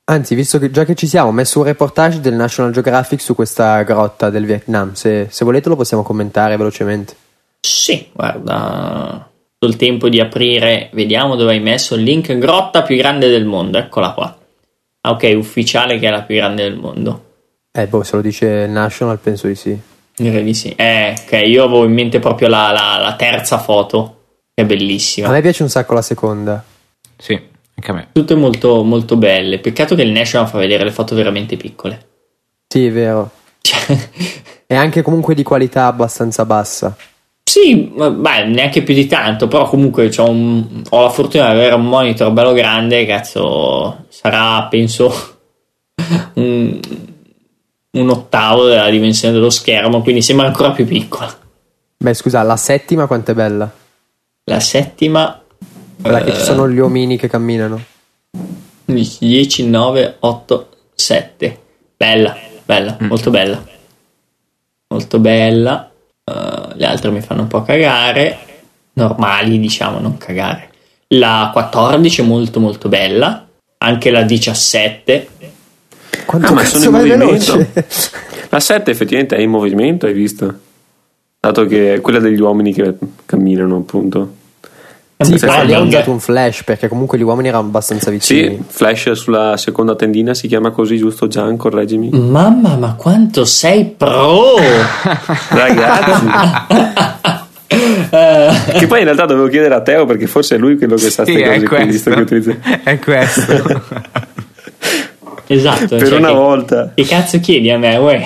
[SPEAKER 1] Anzi, visto che già che ci siamo, ho messo un reportage del National Geographic su questa grotta del Vietnam. Se, se volete lo possiamo commentare velocemente.
[SPEAKER 3] Sì, guarda, ho il tempo di aprire, vediamo dove hai messo il link. Grotta più grande del mondo, eccola qua. Ah, ok, ufficiale che è la più grande del mondo.
[SPEAKER 1] Eh, boh, se lo dice il National penso di sì.
[SPEAKER 3] Direi di sì. Eh, ok, io avevo in mente proprio la, la- la terza foto, che è
[SPEAKER 1] A
[SPEAKER 3] bellissima.
[SPEAKER 1] me piace un sacco la seconda.
[SPEAKER 4] Sì, anche a me.
[SPEAKER 3] Tutte molto, molto belle. Peccato che il National fa vedere le foto veramente piccole.
[SPEAKER 1] Sì, è vero.
[SPEAKER 3] Cioè,
[SPEAKER 1] E anche comunque di qualità abbastanza bassa.
[SPEAKER 3] sì, ma- beh, neanche più di tanto, però comunque c'ho un- ho la fortuna di avere un monitor bello grande, cazzo, sarà, penso, un, un ottavo della dimensione dello schermo, quindi sembra ancora più piccola.
[SPEAKER 1] Beh, scusa, la settima quanto è bella?
[SPEAKER 3] La settima...
[SPEAKER 1] Quella che
[SPEAKER 3] eh,
[SPEAKER 1] ci sono gli omini che camminano.
[SPEAKER 3] 10, 9, 8, 7. Bella, bella, molto bella. Molto bella. Eh, le altre mi fanno un po' cagare. Normali, diciamo, non cagare. La 14 è molto molto bella. Anche la 17.
[SPEAKER 1] Quanto
[SPEAKER 2] Ah, ma sono
[SPEAKER 1] cazzo
[SPEAKER 2] in
[SPEAKER 1] vai
[SPEAKER 2] movimento?
[SPEAKER 1] veloce?
[SPEAKER 2] La 7 effettivamente è in movimento, hai visto? Dato che è quella degli uomini che camminano, appunto.
[SPEAKER 3] È
[SPEAKER 1] Sì,
[SPEAKER 3] molto
[SPEAKER 1] però lì
[SPEAKER 3] Ah, bella.
[SPEAKER 1] ho usato un flash perché comunque gli uomini erano abbastanza vicini.
[SPEAKER 2] Sì, flash sulla seconda tendina si chiama così, giusto Gian? Correggimi.
[SPEAKER 3] Mamma, ma quanto sei pro!
[SPEAKER 2] Ragazzi,
[SPEAKER 3] Eh,
[SPEAKER 2] che poi in realtà dovevo chiedere a Teo perché forse è lui quello che sa
[SPEAKER 4] Sì,
[SPEAKER 2] queste
[SPEAKER 4] è
[SPEAKER 2] cose qui, visto
[SPEAKER 4] questo.
[SPEAKER 2] che utilizza.
[SPEAKER 4] È questo.
[SPEAKER 3] esatto.
[SPEAKER 2] Per
[SPEAKER 3] cioè,
[SPEAKER 2] una
[SPEAKER 3] che,
[SPEAKER 2] volta.
[SPEAKER 3] Che cazzo chiedi a me, uè?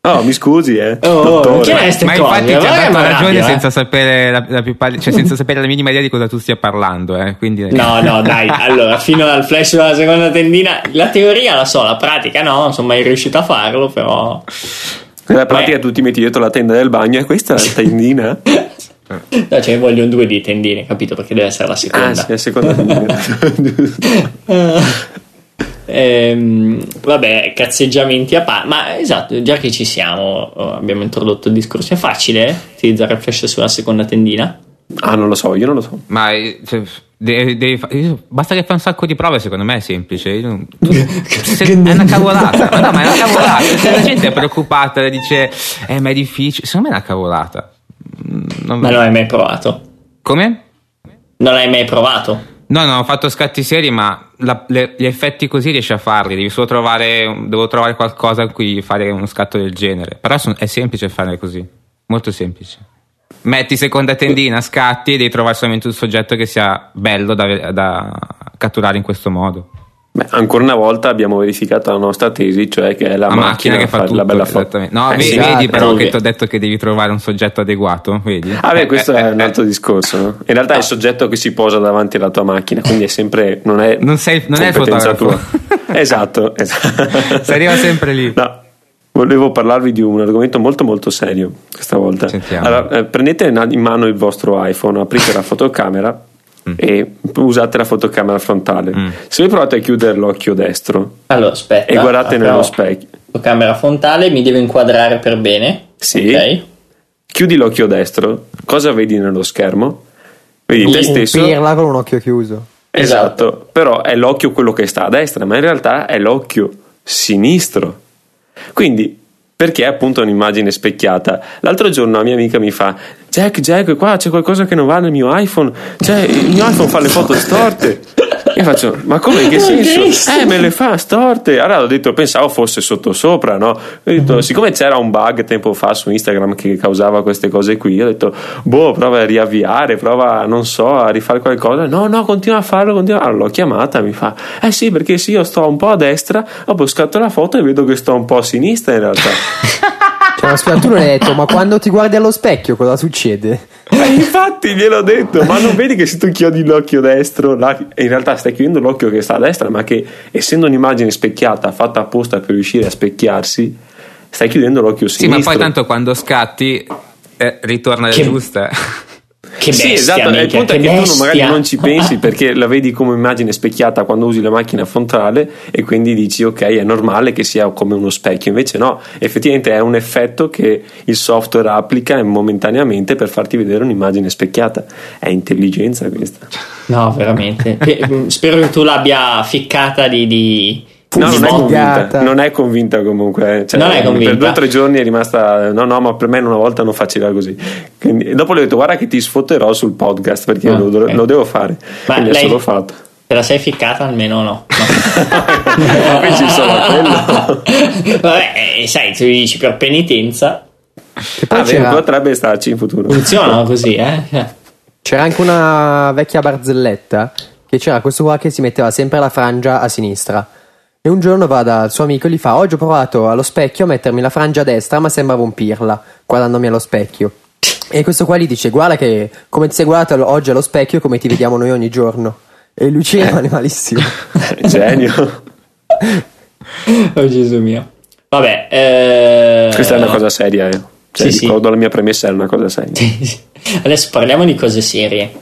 [SPEAKER 2] Oh, mi scusi, eh.
[SPEAKER 3] Oh, oh, non
[SPEAKER 2] dottore.
[SPEAKER 3] chiedere ste
[SPEAKER 4] Ma
[SPEAKER 3] cose,
[SPEAKER 4] infatti ti ha
[SPEAKER 3] guarda che
[SPEAKER 4] dato
[SPEAKER 3] m'arrabbio,
[SPEAKER 4] ragione
[SPEAKER 3] eh.
[SPEAKER 4] senza sapere la, la più pal- cioè senza sapere la minima idea di cosa tu stia parlando, eh. Quindi
[SPEAKER 3] No, no, dai, allora, fino al flash della seconda tendina, la teoria la so, la pratica no, non sono mai riuscito a farlo, però...
[SPEAKER 2] Nella pratica
[SPEAKER 4] Eh.
[SPEAKER 2] tu ti metti dietro la tenda del bagno e questa è la tendina?
[SPEAKER 3] No, cioè, voglio due di tendine, capito? Perché deve essere la
[SPEAKER 2] ah,
[SPEAKER 3] seconda.
[SPEAKER 2] sì, la seconda tendina.
[SPEAKER 3] Eh, Ehm, vabbè, cazzeggiamenti a parte. Ma esatto, già che ci siamo, oh, abbiamo introdotto il discorso. È facile eh, utilizzare il flash sulla seconda tendina?
[SPEAKER 2] Ah, non lo so, io non lo so.
[SPEAKER 4] Ma eh, cioè, devi- devi fa- io- basta che fai un sacco di prove, secondo me è semplice. Io non- se- è una cavolata. Ma no, ma è una cavolata. Cioè, la gente è preoccupata, le dice, eh, ma è difficile. Secondo me è una cavolata. Mm, non-
[SPEAKER 3] Ma non l'hai mai provato.
[SPEAKER 4] Come?
[SPEAKER 3] Non l'hai mai provato.
[SPEAKER 4] No, no, ho fatto scatti seri, ma la- le- gli effetti così riesci a farli. Devi solo trovare, devo trovare qualcosa in cui fare uno scatto del genere. Però son- è semplice fare così, molto semplice. Metti seconda tendina, scatti, devi trovare solamente un soggetto che sia bello da, da catturare in questo modo.
[SPEAKER 2] Beh, ancora una volta abbiamo verificato la nostra tesi, cioè che è la,
[SPEAKER 4] La, macchina, che fa
[SPEAKER 2] a fare
[SPEAKER 4] tutto.
[SPEAKER 2] la bella foto.
[SPEAKER 4] esattamente. No,
[SPEAKER 2] Eh,
[SPEAKER 4] vedi,
[SPEAKER 2] sì.
[SPEAKER 4] vedi
[SPEAKER 3] esatto,
[SPEAKER 4] però
[SPEAKER 3] ovvio.
[SPEAKER 4] che ti ho detto che devi trovare un soggetto adeguato, vedi?
[SPEAKER 2] Ah, beh, questo
[SPEAKER 4] Eh,
[SPEAKER 2] è
[SPEAKER 4] eh,
[SPEAKER 2] un altro
[SPEAKER 4] eh.
[SPEAKER 2] discorso. no? In realtà è il soggetto che si posa davanti alla tua macchina, quindi è sempre. Non è,
[SPEAKER 4] Non sei- non è il
[SPEAKER 2] competenza
[SPEAKER 4] fotografo.
[SPEAKER 2] tua. esatto, esatto.
[SPEAKER 4] Si arriva sempre lì.
[SPEAKER 2] No, volevo parlarvi di un argomento molto, molto serio questa volta.
[SPEAKER 4] Sentiamo.
[SPEAKER 2] Allora, eh, prendete in in mano il vostro iPhone, aprite la fotocamera e usate la fotocamera frontale.
[SPEAKER 4] Mm.
[SPEAKER 2] Se voi provate a chiudere l'occhio destro
[SPEAKER 3] Allora, aspetta.
[SPEAKER 2] e guardate
[SPEAKER 3] apriamo
[SPEAKER 2] nello specchio.
[SPEAKER 3] la Camera frontale, mi devo inquadrare per bene.
[SPEAKER 2] Sì.
[SPEAKER 3] Ok.
[SPEAKER 2] Chiudi l'occhio destro, cosa vedi nello schermo? Vedi te
[SPEAKER 1] Un
[SPEAKER 2] stesso.
[SPEAKER 1] pirla con un occhio chiuso.
[SPEAKER 2] Esatto, però è l'occhio quello che sta a destra, ma in realtà è l'occhio sinistro. Quindi, perché è appunto un'immagine specchiata. L'altro giorno una mia amica mi fa: Jack, Jack, qua c'è qualcosa che non va nel mio iPhone. Cioè, il mio iPhone fa le foto storte. Io faccio, ma come? In che senso? Eh, me le fa storte. Allora ho detto, pensavo fosse sottosopra, no? Ho detto, siccome c'era un bug tempo fa su Instagram che causava queste cose qui, ho detto, boh, prova a riavviare, prova, non so, a rifare qualcosa. No, no, continua a farlo, continua. Allora l'ho chiamata, mi fa, eh sì, perché sì, io sto un po' a destra, dopo scatto la foto e vedo che sto un po' a sinistra in realtà.
[SPEAKER 1] Cioè, ma scusa, tu non hai detto, ma quando ti guardi allo specchio cosa succede?
[SPEAKER 2] Eh, infatti gliel'ho detto, ma non vedi che se tu chiudi l'occhio destro, là- in realtà stai chiudendo l'occhio che sta a destra, ma che essendo un'immagine specchiata, fatta apposta per riuscire a specchiarsi, stai chiudendo l'occhio
[SPEAKER 4] Sì, ma
[SPEAKER 2] sinistro.
[SPEAKER 4] poi tanto quando scatti eh, ritorna eh. la
[SPEAKER 3] Che-
[SPEAKER 4] giusta.
[SPEAKER 3] Che bestia,
[SPEAKER 2] sì, esatto,
[SPEAKER 3] minchia,
[SPEAKER 2] il punto è che tu non-
[SPEAKER 3] bestia.
[SPEAKER 2] magari non ci pensi perché la vedi come immagine specchiata quando usi la macchina frontale e quindi dici ok è normale che sia come uno specchio, invece no, effettivamente è un effetto che il software applica momentaneamente per farti vedere un'immagine specchiata, è intelligenza questa.
[SPEAKER 3] No, veramente. Pe- mm, Spero che tu l'abbia ficcata di... di...
[SPEAKER 2] No,
[SPEAKER 3] di
[SPEAKER 2] non è,
[SPEAKER 1] Sfogata.
[SPEAKER 3] mo-
[SPEAKER 2] convinta, non è convinta comunque. eh. Cioè,
[SPEAKER 3] Non è convinta.
[SPEAKER 2] Per due o tre giorni è rimasta. No, no, ma per me una volta non faceva così. Quindi, dopo le ho detto: guarda che ti sfotterò sul podcast perché
[SPEAKER 3] Ah,
[SPEAKER 2] lo,
[SPEAKER 3] ok.
[SPEAKER 2] lo devo fare.
[SPEAKER 3] Ma
[SPEAKER 2] Quindi adesso
[SPEAKER 3] lei-
[SPEAKER 2] l'ho fatto.
[SPEAKER 3] Te la sei ficcata almeno o no?
[SPEAKER 2] Ma pensi solo a
[SPEAKER 3] quello. Vabbè, eh, sai, tu gli dici per penitenza.
[SPEAKER 1] Che poi
[SPEAKER 2] Ah, beh,
[SPEAKER 1] c'era,
[SPEAKER 2] potrebbe starci in futuro.
[SPEAKER 3] Funziona così, eh?
[SPEAKER 1] c'era anche una vecchia barzelletta che c'era questo qua che si metteva sempre la frangia a sinistra. E un giorno va dal suo amico e gli fa: Oggi ho provato allo specchio a mettermi la frangia a destra, ma sembrava un pirla guardandomi allo specchio. E questo qua gli dice: Guarda che come ti sei guardato oggi allo specchio, è come ti vediamo noi ogni giorno. E lui ci rimane malissimo.
[SPEAKER 2] Genio.
[SPEAKER 3] Oh Gesù mio. Vabbè. eh,
[SPEAKER 2] Questa è una cosa seria. eh. Cioè,
[SPEAKER 3] Sì, sì.
[SPEAKER 2] ricordo la mia premessa era una cosa seria.
[SPEAKER 3] Adesso parliamo di cose serie.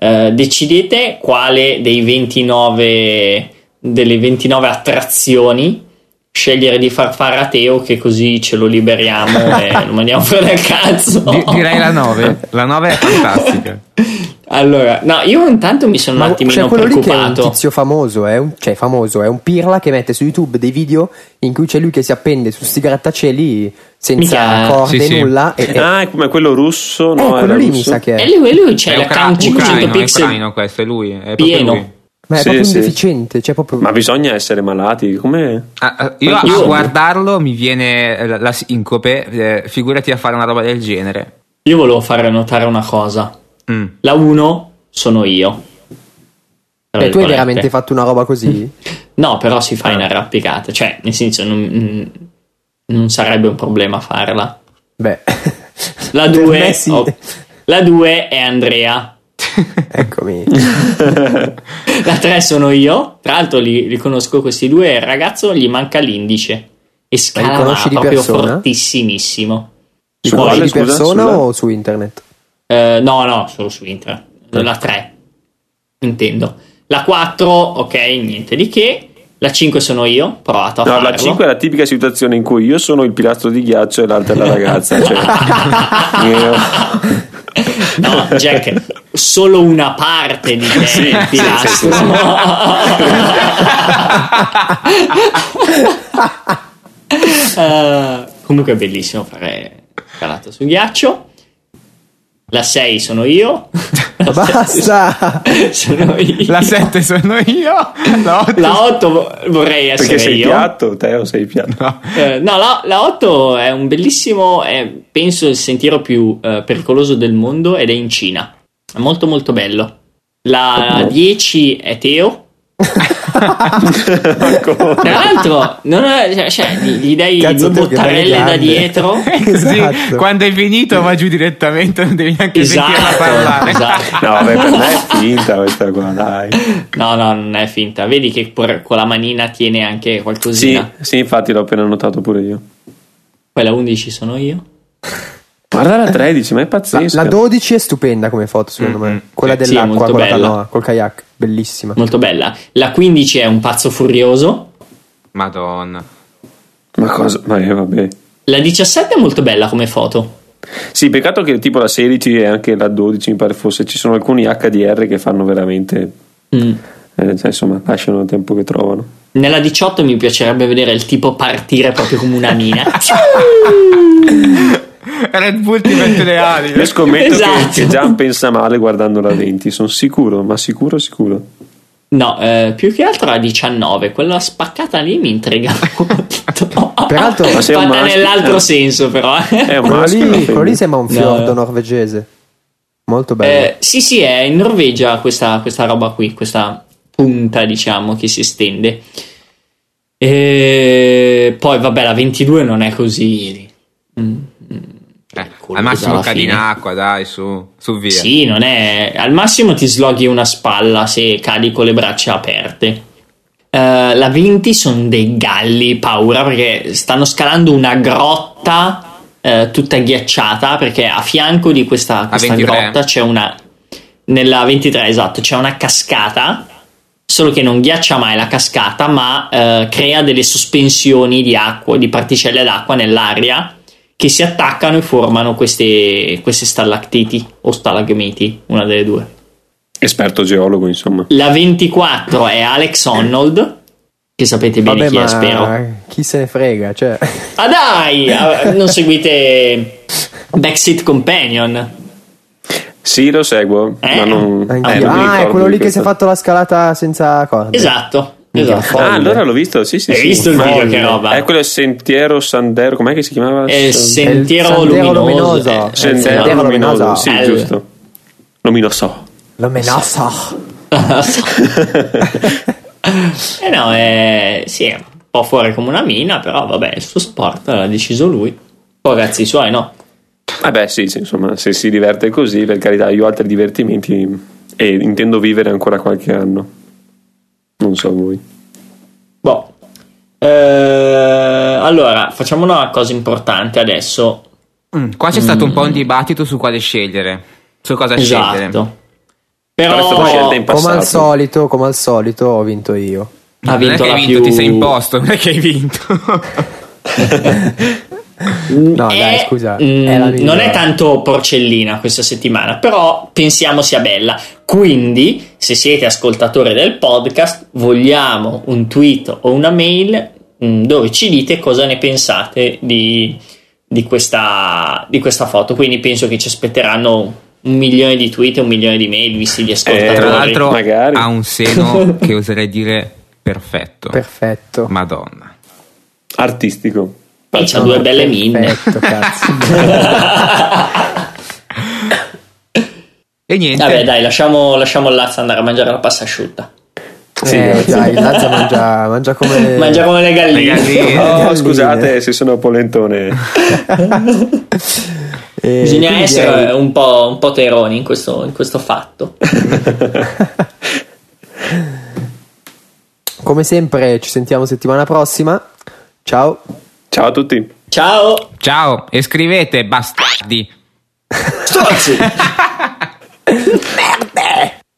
[SPEAKER 3] Eh, decidete quale dei 29 delle 29 attrazioni scegliere di far fare a Teo che così ce lo liberiamo e non mandiamo fuori al cazzo.
[SPEAKER 4] Di- direi la 9. Oh. La 9 è fantastica.
[SPEAKER 3] Allora, no, io intanto mi sono un
[SPEAKER 1] Ma c'è
[SPEAKER 3] attimino
[SPEAKER 1] quello lì che è un
[SPEAKER 3] preoccupato.
[SPEAKER 1] tizio famoso, è un, cioè famoso, è un pirla che mette su YouTube dei video in cui c'è lui che si appende su sti grattacieli senza
[SPEAKER 3] Mica-
[SPEAKER 1] corde,
[SPEAKER 4] Sì, sì.
[SPEAKER 1] nulla. E, e-
[SPEAKER 2] Ah, è come quello russo?
[SPEAKER 1] eh,
[SPEAKER 2] No,
[SPEAKER 1] quello
[SPEAKER 2] era
[SPEAKER 1] lì mi
[SPEAKER 2] russo?
[SPEAKER 1] sa che è.
[SPEAKER 3] E lui, e lui c'è
[SPEAKER 4] È
[SPEAKER 3] Cioè, la
[SPEAKER 4] ucra-
[SPEAKER 3] cam 500
[SPEAKER 4] ucraino, è
[SPEAKER 3] pixel.
[SPEAKER 4] ucraino questo, è lui. È proprio
[SPEAKER 3] pieno.
[SPEAKER 4] lui.
[SPEAKER 1] Ma è
[SPEAKER 2] Sì,
[SPEAKER 1] proprio un
[SPEAKER 2] sì.
[SPEAKER 1] deficiente, cioè proprio.
[SPEAKER 2] Ma bisogna essere malati. Come.
[SPEAKER 4] Ah, ah, io a
[SPEAKER 3] Io-
[SPEAKER 4] guardarlo mi viene eh, la, la sincope, eh, figurati a fare una roba del genere.
[SPEAKER 3] Io volevo fare notare una cosa.
[SPEAKER 4] Mm.
[SPEAKER 3] La 1 sono io. Tra
[SPEAKER 1] Cioè, tu hai
[SPEAKER 3] virgolette.
[SPEAKER 1] veramente fatto una roba così?
[SPEAKER 3] Mm. No, però si
[SPEAKER 1] Ah.
[SPEAKER 3] fa in arrampicata, cioè, nel senso, non, mm, non sarebbe un problema farla.
[SPEAKER 1] Beh,
[SPEAKER 3] La oh.
[SPEAKER 1] Per
[SPEAKER 3] 2
[SPEAKER 1] me sì.
[SPEAKER 3] la 2 è Andrea,
[SPEAKER 1] eccomi.
[SPEAKER 3] la 3 sono io. Tra l'altro, li, li conosco questi due. Il ragazzo gli manca l'indice e scala
[SPEAKER 1] conosci di
[SPEAKER 3] proprio
[SPEAKER 1] persona?
[SPEAKER 3] fortissimissimo.
[SPEAKER 1] Li
[SPEAKER 2] Su
[SPEAKER 3] Poi-
[SPEAKER 1] conosci
[SPEAKER 2] quale,
[SPEAKER 1] di
[SPEAKER 2] scusa?
[SPEAKER 1] persona
[SPEAKER 2] Sulla-
[SPEAKER 1] o su internet?
[SPEAKER 3] Eh, no, no, solo su internet.
[SPEAKER 1] Eh.
[SPEAKER 3] La 3, intendo. La 4, ok, niente di che. La 5 sono io, provato a
[SPEAKER 2] No,
[SPEAKER 3] farlo.
[SPEAKER 2] la 5 è la tipica situazione in cui io sono il pilastro di ghiaccio e l'altra è la ragazza. Cioè, io-
[SPEAKER 3] No, Jack, solo una parte di te
[SPEAKER 2] Sì,
[SPEAKER 3] è il
[SPEAKER 2] sì,
[SPEAKER 3] pilastro.
[SPEAKER 2] sì,
[SPEAKER 3] Eh, comunque è bellissimo fare calato su ghiaccio. La 6 sono io. La
[SPEAKER 1] Basta!
[SPEAKER 3] sette sono io.
[SPEAKER 4] La 7 sono io. La 8
[SPEAKER 3] La 8 vorrei essere
[SPEAKER 2] perché sei
[SPEAKER 3] io.
[SPEAKER 2] piatto, Teo, sei piatto.
[SPEAKER 3] Eh, no, la, la 8 è un bellissimo, è, penso il sentiero più eh, pericoloso del mondo ed è in Cina. È molto molto bello. La 10 è Teo. Tra l'altro, non è- cioè, cioè, gli, gli dai
[SPEAKER 1] Cazzo, Teo,
[SPEAKER 3] due
[SPEAKER 1] che belle
[SPEAKER 3] bottarelle da
[SPEAKER 1] gambe.
[SPEAKER 3] dietro.
[SPEAKER 1] Esatto.
[SPEAKER 4] quando hai finito va giù direttamente, non devi neanche sentirla
[SPEAKER 3] Esatto,
[SPEAKER 4] parlare.
[SPEAKER 3] esatto.
[SPEAKER 2] No, vabbè, per me è finta questa qua, dai.
[SPEAKER 3] No, no, non è finta. Vedi che pur- con la manina tiene anche
[SPEAKER 2] Sì,
[SPEAKER 3] qualcosina.
[SPEAKER 2] sì, infatti l'ho appena notato pure io.
[SPEAKER 3] Poi la 11 sono io.
[SPEAKER 2] Guarda la 13, ma è
[SPEAKER 1] La,
[SPEAKER 2] pazzesca.
[SPEAKER 1] la 12 è stupenda come foto, secondo me. Quella
[SPEAKER 3] Mm, Sì, è
[SPEAKER 1] dell'acqua
[SPEAKER 3] molto
[SPEAKER 1] con la
[SPEAKER 3] bella.
[SPEAKER 1] canoa, col kayak, bellissima.
[SPEAKER 3] Molto bella. La 15 è un pazzo furioso.
[SPEAKER 4] Madonna.
[SPEAKER 2] Ma cosa? Ma eh, vabbè.
[SPEAKER 3] La 17 è molto bella come foto.
[SPEAKER 2] Sì, peccato che tipo la 16 e anche la 12 mi pare fosse, ci sono alcuni HDR che fanno veramente,
[SPEAKER 3] Mm.
[SPEAKER 2] eh, cioè, insomma, lasciano il tempo che trovano.
[SPEAKER 3] Nella 18 mi piacerebbe vedere il tipo partire proprio come una mina.
[SPEAKER 4] Red Bull ti mette le ali.
[SPEAKER 2] Io scommetto
[SPEAKER 3] Esatto.
[SPEAKER 2] che, che Gian pensa male guardando la 20, sono sicuro, ma sicuro, sicuro.
[SPEAKER 3] No, eh, più che altro la 19, quella spaccata lì mi intriga molto.
[SPEAKER 1] Peraltro- Ma
[SPEAKER 2] sei un
[SPEAKER 3] fatta
[SPEAKER 2] maschio,
[SPEAKER 3] nell'altro
[SPEAKER 2] eh.
[SPEAKER 3] senso però. eh.
[SPEAKER 2] È un
[SPEAKER 1] Quello
[SPEAKER 2] maschio.
[SPEAKER 1] lì,
[SPEAKER 2] una
[SPEAKER 1] quello lì
[SPEAKER 2] femmina.
[SPEAKER 1] sembra un
[SPEAKER 3] No,
[SPEAKER 1] fiordo
[SPEAKER 3] no.
[SPEAKER 1] norvegese. Molto bello.
[SPEAKER 3] Eh, sì, sì, è in Norvegia questa, questa roba qui, questa punta diciamo che si stende. E poi vabbè la 22 non è così... mm, mm,
[SPEAKER 4] Eh,
[SPEAKER 3] pericolosa
[SPEAKER 4] al massimo
[SPEAKER 3] Esatto, alla
[SPEAKER 4] cadi in
[SPEAKER 3] fine.
[SPEAKER 4] acqua, dai, su, su via.
[SPEAKER 3] Sì, non è. Al massimo ti sloghi una spalla se cadi con le braccia aperte. Eh, la 20 sono dei galli, paura perché stanno scalando una grotta eh, tutta ghiacciata perché a fianco di questa, questa
[SPEAKER 4] 23?
[SPEAKER 3] grotta c'è una. Nella 23, esatto, c'è una cascata. Solo che non ghiaccia mai la cascata, ma eh, crea delle sospensioni di acqua, di particelle d'acqua nell'aria che si attaccano e formano queste, queste stalattiti o stalagmiti, una delle due.
[SPEAKER 2] Esperto geologo, insomma.
[SPEAKER 3] La 24 è Alex Honnold, che sapete bene
[SPEAKER 1] Vabbè,
[SPEAKER 3] chi
[SPEAKER 1] ma
[SPEAKER 3] è, spero.
[SPEAKER 1] chi se ne frega, cioè...
[SPEAKER 3] Ah dai, eh, non seguite Backseat Companion.
[SPEAKER 2] Sì, lo seguo,
[SPEAKER 3] Eh?
[SPEAKER 2] ma non...
[SPEAKER 1] Anch'io.
[SPEAKER 2] non mi
[SPEAKER 1] ah, è
[SPEAKER 2] ricordo
[SPEAKER 1] quello
[SPEAKER 2] di
[SPEAKER 1] lì che si
[SPEAKER 2] questo.
[SPEAKER 1] è fatto la scalata senza corde.
[SPEAKER 3] Esatto,
[SPEAKER 1] Minchia,
[SPEAKER 3] esatto.
[SPEAKER 2] Ah,
[SPEAKER 1] Folle.
[SPEAKER 2] allora l'ho visto, sì, sì.
[SPEAKER 3] Hai
[SPEAKER 2] sì.
[SPEAKER 3] visto il
[SPEAKER 2] Ma-
[SPEAKER 3] video, che roba?
[SPEAKER 2] È quello Sentiero Sandero, com'è che si chiamava?
[SPEAKER 3] È
[SPEAKER 1] È
[SPEAKER 2] San-
[SPEAKER 1] il
[SPEAKER 3] sentiero,
[SPEAKER 1] sentiero
[SPEAKER 3] luminoso.
[SPEAKER 1] luminoso.
[SPEAKER 3] eh,
[SPEAKER 1] Sen-
[SPEAKER 2] Sentiero
[SPEAKER 1] Sentiero
[SPEAKER 2] Luminoso,
[SPEAKER 1] Luminoso.
[SPEAKER 2] sì,
[SPEAKER 3] Eh,
[SPEAKER 2] giusto. Luminoso.
[SPEAKER 1] Lo menassa.
[SPEAKER 2] Ah,
[SPEAKER 3] Eh no, eh, sì, è un po' fuori come una mina, però vabbè, il suo sport l'ha deciso lui. Poi cazzi suoi, no?
[SPEAKER 2] Vabbè, Eh sì, sì, insomma, se si diverte così, per carità, io ho altri divertimenti e intendo vivere ancora qualche anno. Non so voi.
[SPEAKER 3] Boh. Eh, allora, facciamo una cosa importante adesso.
[SPEAKER 4] Mm, qua c'è stato un po' un dibattito su quale scegliere, su cosa scegliere.
[SPEAKER 3] Esatto.
[SPEAKER 2] Però è stata scelta
[SPEAKER 3] Però
[SPEAKER 2] in
[SPEAKER 1] Come al
[SPEAKER 2] passato.
[SPEAKER 1] solito, come al solito, ho vinto io.
[SPEAKER 3] ha
[SPEAKER 4] non è
[SPEAKER 3] vinto
[SPEAKER 4] che
[SPEAKER 3] la
[SPEAKER 4] hai vinto,
[SPEAKER 3] più...
[SPEAKER 4] ti sei imposto, non è che hai vinto.
[SPEAKER 1] No,
[SPEAKER 3] È-
[SPEAKER 1] dai, scusa.
[SPEAKER 3] mm,
[SPEAKER 1] è la
[SPEAKER 3] non
[SPEAKER 1] migliore.
[SPEAKER 3] è tanto porcellina questa settimana, però pensiamo sia bella. Quindi, se siete ascoltatori del podcast, vogliamo un tweet o una mail mm, dove ci dite cosa ne pensate di, di questa, di questa foto. Quindi penso che ci aspetteranno un milione di tweet e un milione di mail visti gli ascoltatori.
[SPEAKER 2] Eh,
[SPEAKER 4] Tra l'altro
[SPEAKER 2] magari.
[SPEAKER 4] ha un seno che oserei dire perfetto.
[SPEAKER 1] Perfetto.
[SPEAKER 4] Madonna.
[SPEAKER 2] Artistico.
[SPEAKER 3] Poi c'ha
[SPEAKER 1] No,
[SPEAKER 3] due
[SPEAKER 1] no,
[SPEAKER 3] belle minne.
[SPEAKER 1] Perfetto, cazzo.
[SPEAKER 4] E niente.
[SPEAKER 3] Vabbè, dai, lasciamo, lasciamo il Lazza andare a mangiare la passa asciutta.
[SPEAKER 2] Sì,
[SPEAKER 1] eh,
[SPEAKER 2] grazie.
[SPEAKER 1] dai, il Lazza mangia, mangia come...
[SPEAKER 3] Mangia come le galline.
[SPEAKER 4] Le galline.
[SPEAKER 2] Oh,
[SPEAKER 1] Galline.
[SPEAKER 2] scusate se sono polentone.
[SPEAKER 1] Eh,
[SPEAKER 3] Bisogna
[SPEAKER 1] quindi
[SPEAKER 3] essere
[SPEAKER 1] direi-
[SPEAKER 3] un po', un po' teroni in questo, in questo fatto. eh.
[SPEAKER 1] Come sempre, ci sentiamo settimana prossima. Ciao.
[SPEAKER 2] Ciao a tutti.
[SPEAKER 3] Ciao!
[SPEAKER 4] Ciao e scrivete bastardi.
[SPEAKER 3] Storzi!